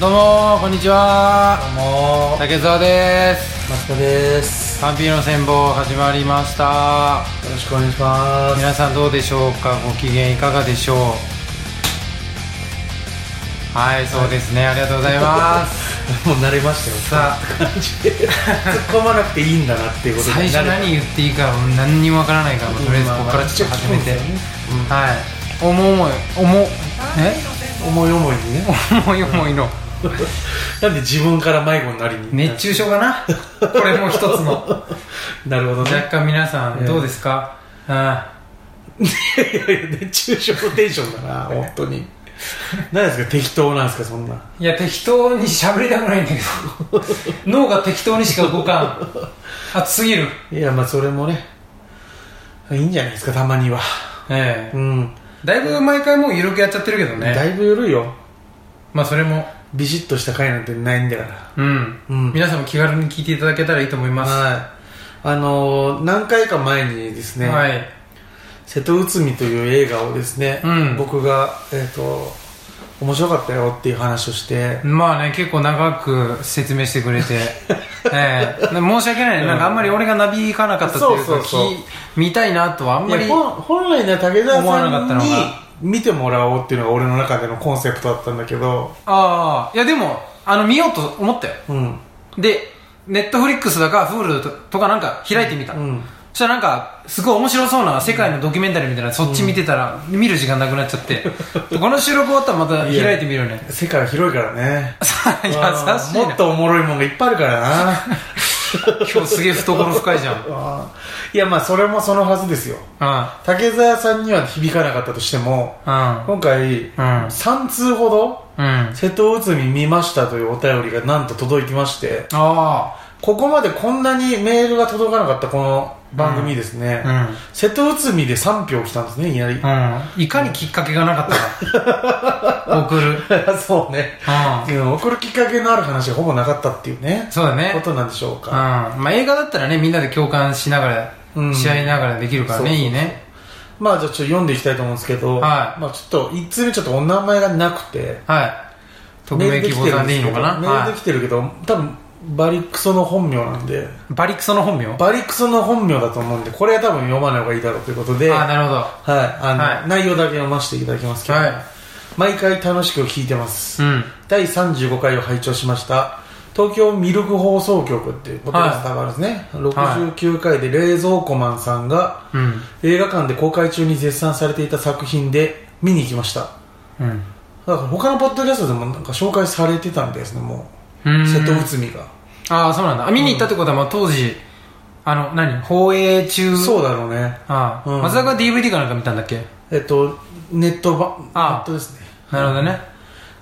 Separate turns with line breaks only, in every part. どうもーこんにち
どう
は
も
竹澤です
マスカです
パンピーの戦法始まりました
よろしくお願いしま
皆さんどうでしょうかご機嫌いかがでしょうはいそうですねありがとうございます
すもう慣れましたよ
さ
あ 感じで突っ込まなくていいんだなっていうこと
最
に
初
慣れた
何言っていいかもう何にもわからないからもうとりあえずここからちょっと始めて、
まあまあ
はい思い思い思いえ
思い思いにね
思い思いの
なんで自分から迷子になりに
熱中症かなこれも一つ の
なるほど
若
ね
干皆さんどうですか、ああ
いやいや熱中症のテンション だな本当に何ですか適当なんですかそんない
や適当に喋りたくないんだけど 脳が適当にしか動かん熱すぎる
いやまあそれもねいいんじゃないですかたまには
ええ
うん、
だいぶ毎回もう緩くやっちゃってるけど
だ
ね
いぶ緩いよ
まあそれも
ビシッとした回なんてないんだから
うん、
うん
皆さんも気軽に聞いていただけたらいいと思います
はい。あのー何回か前にですね、
はい
瀬戸内海という映画をですね、
うん
僕が、えっ、と、面白かったよっていう話をして、
まあね結構長く説明してくれ てええ申し訳ないねなんかあんまり俺がなびかなかったっていうか
そうそうそう
き見たいなとはあん
い
まり
や本本来ね、竹澤
思わなかった
さん
の
に
が
見てもらおうっていうのが俺の中でのコンセプトだったんだけど、
ああいやでもあの見ようと思ったよ
うん。
でネットフリックスだか Hulu ととかなんか開いてみた、
うん。
そしたらなんかすごい面白そうな世界のドキュメンタリーみたいなそっち見てたら見る時間なくなっちゃってこの収録終わったらまた開いてみるよ ね
世界広いからね。
優しい
もっ
な
とおもろいもんがいっぱいあるか らな。
今日すげえ懐深いじゃん うん
あーいや、まあ、それもそのはずですよ。竹澤さんには響かなかったとしても、今回、
うん
3通ほど、
うんうん
瀬戸内海見ましたというお便りがなんと届きまして、
あ
ここまでこんなにメールが届かなかったこの番組ですね、
あ
瀬戸内海で3票来たんですね、いきなり。
うん、うん、いかにきっかけがなかった か送るうん
そうね。うん送るきっかけのある話がほぼなかったっていうね、
そうだ
こ
ね
となんでしょう
うん
か。
まあ映画だったらねみんなで共感しながら、
うん
試合ながらできるから
そうそう
ね
そう
いいね
まあじゃあちょっと読んでいきたいと思うんですけど、
はい
まあちょっと1通目ちょっとお名前がなくて、
はい匿名希望さんでいいのかな
メールで
は
きてるけど、多分バリクソの本名なんで、
い、バリクソの本名あ
バリクソの本名だと思うんで、これは多分読まない方がいいだろうということで、
あなるほど
はい、あの、
はい
内容だけ読ませていただきますけど、
はい
毎回楽しく聞いてます。
うん
第35回を拝聴しました。東京ミルク放送局っていうポッドキャスターがあるんですね。69回で冷蔵庫マンさんが
うん
映画館で公開中に絶賛されていた作品で見に行きました。
うん
だから他のポッドキャストでもなんか紹介されてたんですね、も
う
う。
ん
瀬戸内海が。
ああそうなんだあ見に行ったってことは、まあ、当時あの何放映中
そううだろうね。
ああ、
うん
松坂は DVD かなんか見たんだっけ
えっと、ネットば、ネ
あ
ットですね。
なるほどね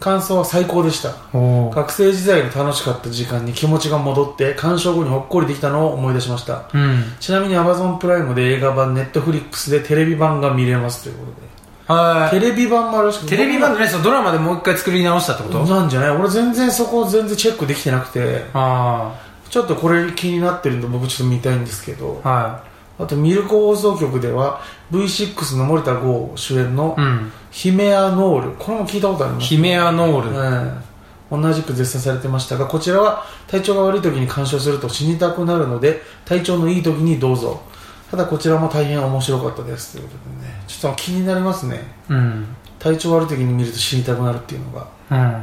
感想は最高でした。
おお
学生時代の楽しかった時間に気持ちが戻って鑑賞後にほっこりできたのを思い出しました
うん
ちなみに Amazon プライムで映画版 Netflix でテレビ版が見れますということ
は
でテレビ版もあるらしく
いテレビ版でねそのドラマでもう一回作り直したってこと、あ
なんじゃない俺全然そこ全然チェックできてなくて
あ
ちょっとこれ気になってるんで僕ちょっと見たいんですけど
は
あとミルク放送局では V6 の森田剛主演の
いうん
ヒメアノールこれも聞いたことあります
ヒメアノール、
うん、同じく絶賛されてましたがこちらは体調が悪い時に鑑賞すると死にたくなるので体調のいい時にどうぞただこちらも大変面白かったですということでねちょっと気になりますね
うん
体調悪い時に見ると死にたくなるっていうのが
うんは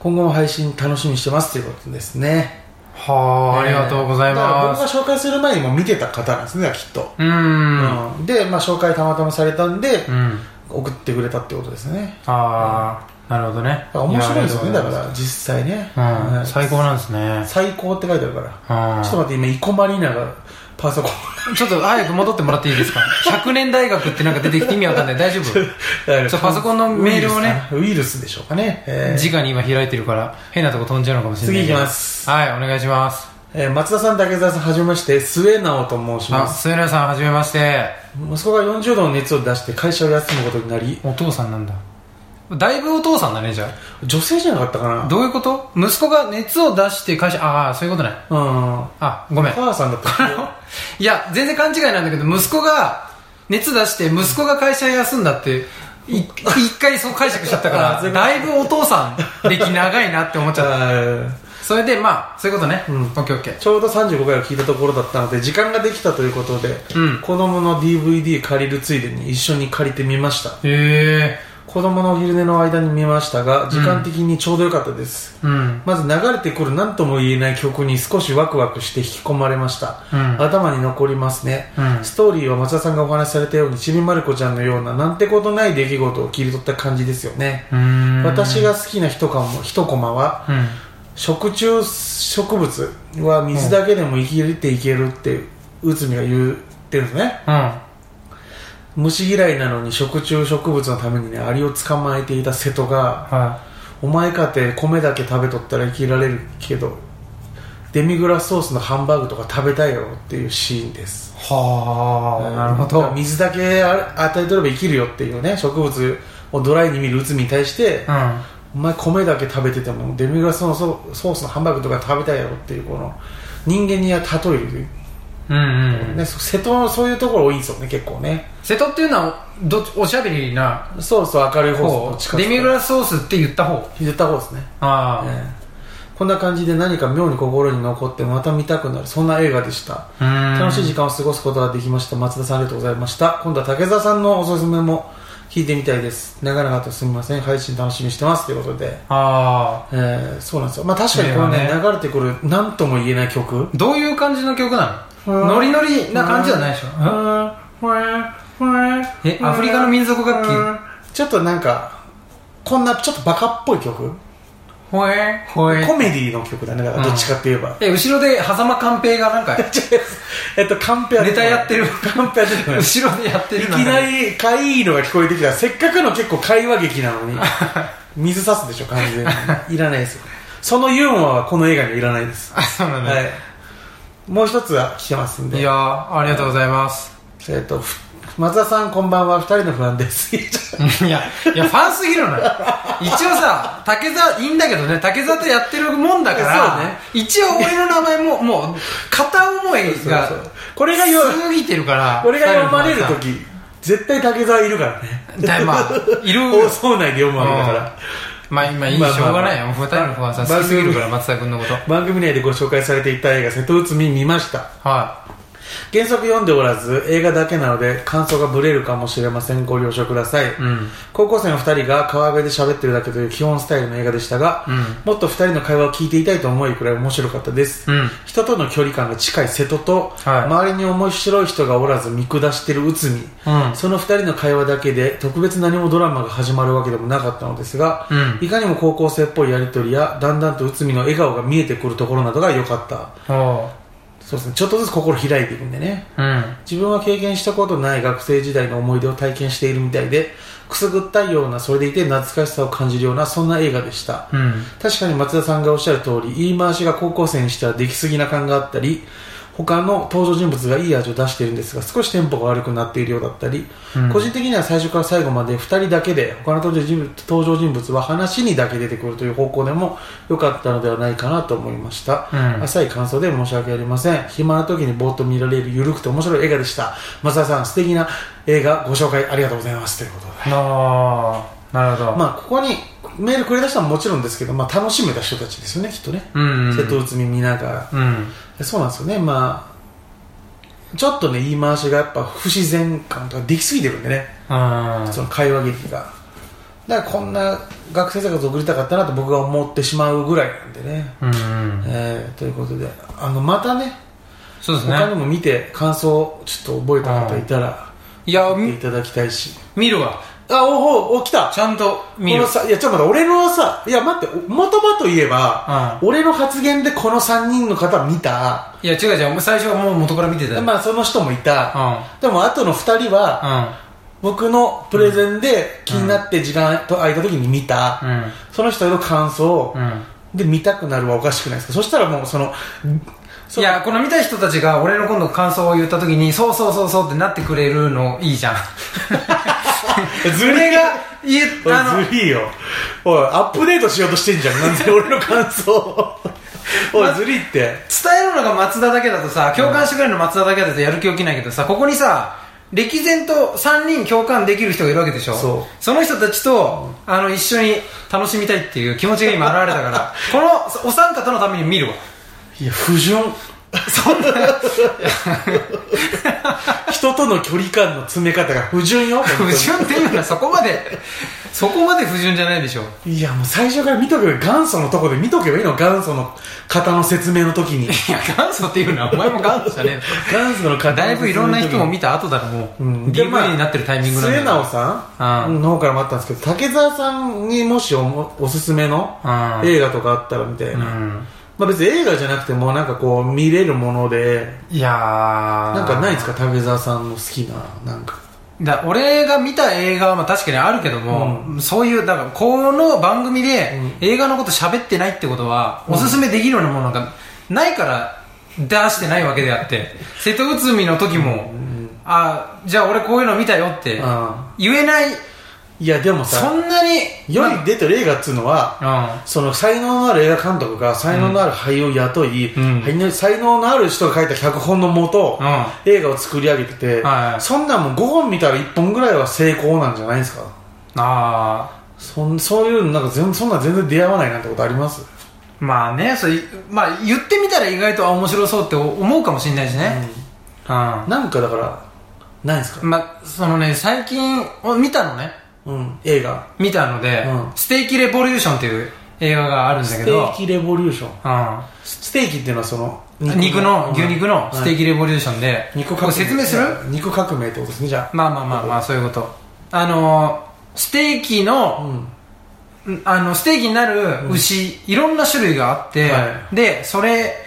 今後も配信楽しみにしてますということですね
あ、ありがとうございま
だ
す
から僕が紹介する前にも見てた方なんですねきっと、
うーん
うんで、まあ、紹介たまたまされたんで
う、ん
送ってくれたってことですね
ああ、なるほどね
だから面白いですよねだか
や
ら実際ね、
うん
うん
最高なんですね
最高って書いてあるから
うん
ちょっと待って、今、生駒里奈がパソコン。
ちょっと早く戻ってもらっていいですか100年大学ってなんか出てきて意味わかんない大丈夫ちょパソコンのメールをね
ウイルスか。ウイルスでしょうかね。えー
直に今開いてるから変なとこ飛んじゃうのかもしれない
次いきますす。
はいお願いします
えー松田さん、竹澤さん、はじめまして、末直と申し
あ
ます。
末永さんはじめまして
息子が40度の熱を出して会社を休むことになり、
お父さんなんだだいぶお父さんだねじゃ
女性じゃなかったか
あどういうこと息子が熱を出して会社ああそういうことね
なうん。お
あごめん
母さん だった。
いや全然勘違いなんだけど息子が熱出して息子が会社休んだってい一回そう解釈しちゃったか
あ
ら
全部
だいぶお父さん歴長いなって思っちゃった
はい
それでまあそういうことね、
うん
オッケーオッケー
ちょうど35回を聞いたところだったので時間ができたということで、
うん
子供の DVD 借りるついでに一緒に借りてみました
へえ
子供のお昼寝の間に見ましたが時間的にちょうどよかったです、
うん
まず流れてくる何とも言えない曲に少しワクワクして引き込まれました、
うん
頭に残りますね、
うん
ストーリーは松田さんがお話しされたようにちびまる子ちゃんのようななんてことない出来事を切り取った感じですよね、
うーん
私が好きな一コマ一コマは
うん
食虫植物は水だけでも生きていけるって内海が言ってるんですね
うん
虫嫌いなのに食虫植物のためにねアリを捕まえていた瀬戸が
は
「お前かて米だけ食べとったら生きられるけどデミグラスソースのハンバーグとか食べたいよ」っていうシーンです
いはあなるほどうん
水だけ与えとれば生きるよっていうね植物をドライに見る内海に対して、お前米だけ食べててもデミグラスのソソースのハンバーグとか食べたいやろっていうこの人間には例えるという、
うんうん
ね、そ瀬戸のそういうところ多いんですよね結構ね
瀬戸っていうのはどっちおしゃべりな
そうそう明るい方
方
です
デミグ
ス
ラスソースって言った方
言った方ですね、
あ
ええこんな感じで何か妙に心に残ってまた見たくなるそんな映画でした
あ、うん
楽しい時間を過ごすことができました松田さんありがとうございました今度は竹澤さんのおすすめも聞いてみたいです長々とすみません配信楽しみにしてますということで
あ
えー、そうなんですよ、まあ、確かにこのね
これは
流れてくる何とも言えない曲
あどういう感じの曲な
う
の
ん
ノリノリな感じじゃないでしょんえアフリカの民族楽器
ちょっとなんかこんなちょっとバカっぽい曲
ほえほえ
コメディの曲だねだからどっちかって言えば、
え後ろで狭間寛平がなんか
えっとカンペ
ネタやってる
カンペやってるい
後ろでやってる
きな
り
りかいいのが聞こえてきたせっかくの結構会話劇なのに水差すでしょ完全にいらないですよそのユーモアはこの映画にはいらないです、
あそうなんだ、
はい、もう一つは来てますんで
い、やーありがとうございます、
えっとふ松田さんこんばんは二人の不安です
いや、いや、ファンすぎるのよ。一応さ、竹座、いいんだけどね、竹座とやってるもんだから、
そうね
一応俺の名前も、もう、片思いが
そうそう、これがよ
過ぎてるから、
俺が読まれる
最後の
時絶対竹澤いるからね
さだいまあ、い る。
放送内で読むわけだから
まあ今いい、しょ
まあまあ
うがないよ。二人のファンさ、好きすぎるから、松田君のこと。
番組内でご紹介されていた映画「瀬戸内海」見ました
は
原作読んでおらず映画だけなので感想がブレるかもしれませんご了承ください、
い。うん。
高校生の2人が川辺で喋ってるだけという基本スタイルの映画でしたが、
うん
もっと2人の会話を聞いていたいと思いくらい面白かったです、
うん。
人との距離感が近い瀬戸と、
はい
周りに面白い人がおらず見下してる内海
うん。
その2人の会話だけで特別何もドラマが始まるわけでもなかったのですが、
うん
いかにも高校生っぽいやり取りやだんだんと内海の笑顔が見えてくるところなどが良かった
おう。
そうですねちょっとずつ心開いていくんでね
うん。
自分は経験したことない学生時代の思い出を体験しているみたいでくすぐったいようなそれでいて懐かしさを感じるようなそんな映画でした
うん。
確かに松田さんがおっしゃる通り言い回しが高校生にしてはできすぎな感があったり他の登場人物がいい味を出しているんですが少しテンポが悪くなっているようだったり、
うん
個人的には最初から最後まで2人だけで他の登場人物登場人物は話にだけ出てくるという方向でも良かったのではないかなと思いました、
うん
浅い感想で申し訳ありません暇な時にぼーっと見られる緩くて面白い映画でした松田さん素敵な映画ご紹介ありがとうございますということで
あーなるほど。
まあ、ここにメールくれた人はもちろんですけど、まあ、楽しめた人たちですよね、きっとね、
うん。
瀬戸内海見なが
うん。
ら、そうなんですよね、まあ、ちょっとね、言い回しがやっぱ不自然感とかできすぎてるんでね、
うん。
その会話劇が、だからこんな学生生活送りたかったなと僕が思ってしまうぐらいなんでね。
うん。
えーということで、あのまたね、
そうです
他に
ね。
も見て、感想をちょっと覚えた方いたら、
いや、
言ってい
み
ただきたいし、
見るわ。
あおお、お来た
ちゃんと見
こ
る
の。さいやちょっと待って俺のさいや待ってお元々言えば、俺の発言でこの3人の方見た、
いや、違う違う。最初はもう元から見てたよ。
まあその人もいた、
う
でも後の2人は、僕のプレゼンで気になって時間と空いた時に見た、
ん。うん。うん。
その人の感想、
うん。
で見たくなるはおかしくないですかそしたらもうその
いや、この見た人たちが俺の今度感想を言った時に、そうそうそうそうってなってくれるのいいじゃん。
ず
それ
れ
が
が、
言っ
お
あ
いずるいよおいアップデートしようとしてんじゃんなんで俺の感想 をおいずるいって
の、伝えるのが松田だけだとさ、共感してくれるの松田だけだとやる気起きないけどさ、ここにさ、歴然と3人共感できる人がいるわけでしょ
そう
の人たちと、あの一緒に楽しみたいっていう気持ちが今現れたから このお三方のために見るわ
いや不純
そんな
人との距離感の詰め方が不純よ本当に
不純っていうのはそこまでそこまで不純じゃないでしょ
いやもう最初から見とけば元祖のとこで見とけばいいの元祖の方の説明の時に
いや元祖っていうのはお前も元祖じゃね
元祖の
え
方の説明の時に
だいぶいろんな人も見た後だろもう、
うんで
DV
まあ
になってるタイミングなんだ
末
よ
直さんの方からもあったんですけど竹澤さんにもしおもおすすめの
うん
映画とかあったらみたいな、
うん
まあ別に映画じゃなくてもなんかこう見れるもので
いやー
なんかないですか竹澤さんの好きななんか
だ俺が見た映画はまあ確かにあるけども、そういうだからこの番組で
う
映画のこと喋ってないってことは、おすすめできるようなものがないから出してないわけであ って瀬戸内海の時も、あじゃあ俺こういうの見たよって
う
言えない、
いやでも
そ
さ
んなに
世に出てる映画っつうのは
な
その才能のある映画監督が才能のある俳優を雇い、
うん
俳優才能のある人が書いた脚本のもと、
うん、うん、
映画を作り上げてて、
はいはい
そんなんもう5本見たら1本ぐらいは成功なんじゃないですか
あ
そんそういうのなんか全そんなん全然出会わないなんてことあります
ーまあねそれ、まあ、言ってみたら意外とあ面白そうって思うかもしれないしね、うん
なんかだからないですか、
まあそのね最近お見たのね
うん、映画
見たので、
うん
ステーキレボリューションっていう映画があるんだ
ス
け
テ
ど
ー、キレボリューション
う
ステーキっていうのはその
ん、肉の、牛肉のステー
キ、
キレボリューションで、
肉
これ説明する
肉革命ってことですねじゃ
まあまあまあまあそういうことあのーステーキ
あ、う
の,、
ん、
あのステーキになる牛、いろんな種類があって、
は
でそれ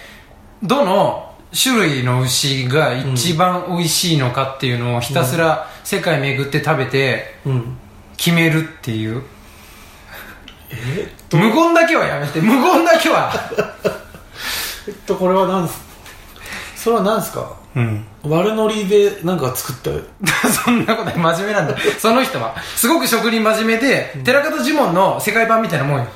どの種類の牛が一番美味しいのかっていうのをひたすら世界巡って食べて
うん、
決めるっていう
えっと
無言だけはやめて無言だけは、
えっとこれは何すそれは何ですか
うん
悪ノリでなんか作っ た
そんなことない真面目なんだその人はすごく職人真面目で、寺方呪文の世界版みたいなもんよ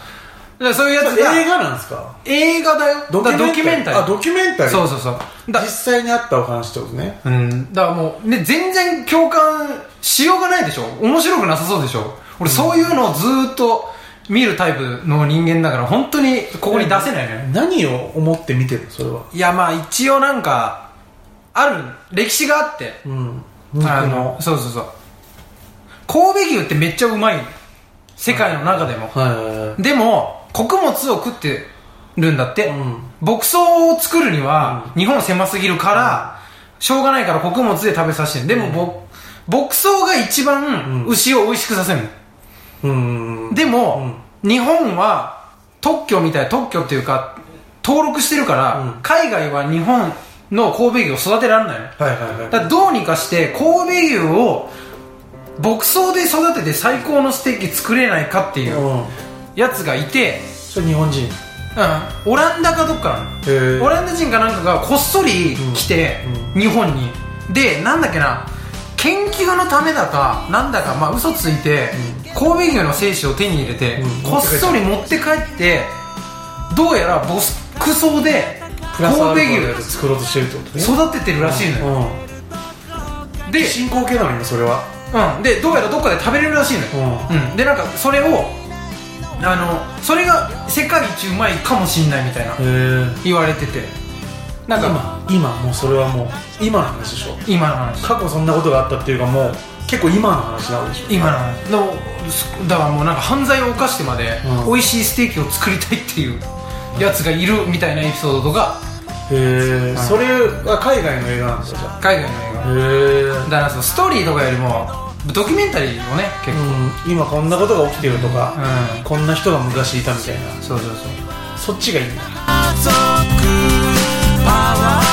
だからそういうやつ
映
が
画なんですか
映画だよだからドキュメンタリー
あドキュメンタリー
そうそうそうだ
実際にあったお話ってことね
うん、だからもう、ね、全然共感しようがないでしょ面白くなさそうでしょ俺そういうのをずーっと見るタイプの人間だから本当にここに出せないのよ
何を思って見てるのそれはい
やまあ一応なんかある歴史があって
うん
あのそうそうそう神戸牛ってめっちゃうまい世界の中でも、
はいはいはい
でも穀物を食ってるんだって、
うん
牧草を作るには日本狭すぎるから、しょうがないから穀物で食べさせてるでも、ぼ牧草が一番
うん
牛を美味しくさせるの、
うん
でも、日本は特許みたい特許っていうか登録してるから、
うん
海外は日本の神戸牛を育てられないの
はいはい
だか
は
らどうにかして神戸牛を牧草で育てて最高のステーキ作れないかって
い
いう
うん
やつがいて、
それ日本人へ
うん、オランダかどっかなの
え
オランダ人かなんかがこっそり来て、
う
日本にでなんだっけな研究のためだかなんだかまあ嘘ついて、神戸牛の精子を手に入れて、
うん
こっそり持って帰ってどうやらボスクソで
プラスアルファ
神
の
戸
やつ作ろうとしてるってことね
牛育ててるらしいのよ、
う
で
ん、進行形なの今それは
うん、でどうやらどっかで食べれるらしいのよ、
う
うん、でなんかそれをあのそれが世界一うまいかもしんないみたいなん
へえ
言われててなんか今
今今もうそれはもう今の話でしょ
今の話
過去そんなことがあったっていうかもう結構今の話なわけでしょ
今の話でもすだからもうなんか犯罪を犯してまで
うん
美味しいステーキを作りたいっていうやつがいるみたいなエピソードとか
へえ
はい
それは海外の映画なんですよじゃ
海外の映画
あへえ
だからそのストーリーとかよりもドキュメンタリーをね結構
うん、今こんなことが起きてると
う
か、
ん、
こんな人が昔いたみたいな
そうそうそう
そっちがいいんだ
パワー